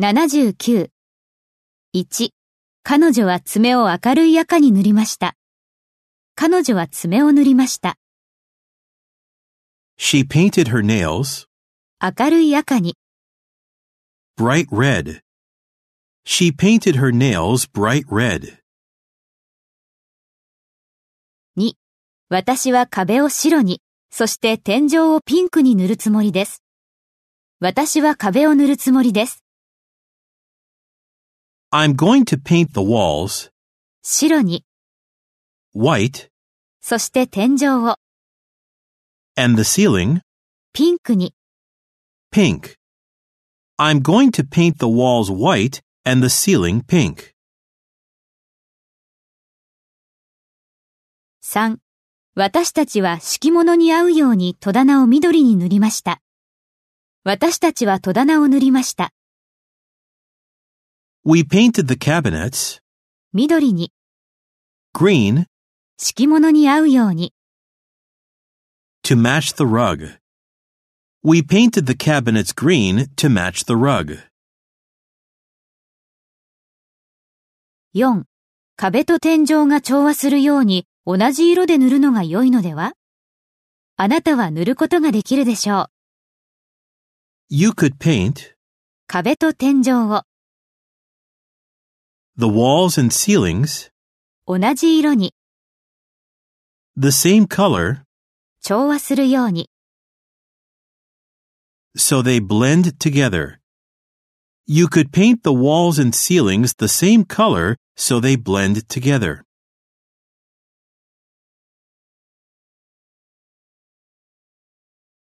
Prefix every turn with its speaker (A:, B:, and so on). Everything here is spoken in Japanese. A: 79。1、彼女は爪を明るい赤に塗りました。彼女は爪を塗りました。
B: She painted her nails
A: 明るい赤に。
B: bright red. She painted her nails bright red.
A: 私は壁を白に、そして天井をピンクに塗るつもりです。私は壁を塗るつもりです。
B: I'm going to paint the walls
A: 白に、
B: white
A: そして天井を
B: and the ceiling
A: ピンクに。
B: pink. I'm going to paint the walls white and the ceiling pink.
A: 3. 私たちは敷物に合うように戸棚を緑に塗りました。私たちは戸棚を塗りました。
B: We painted the cabinets
A: 緑に、
B: green
A: 敷物に合うように。
B: to match the rug. We painted the cabinets green to match the rug.
A: 4. 壁と天井が調和するように同じ色で塗るのが良いのではあなたは塗ることができるでしょう。
B: You could paint
A: 壁と天井を
B: the walls and ceilings
A: 同じ色に
B: the same color
A: 調和するように。
B: so they blend together. You could paint the walls and ceilings the same color so they blend together.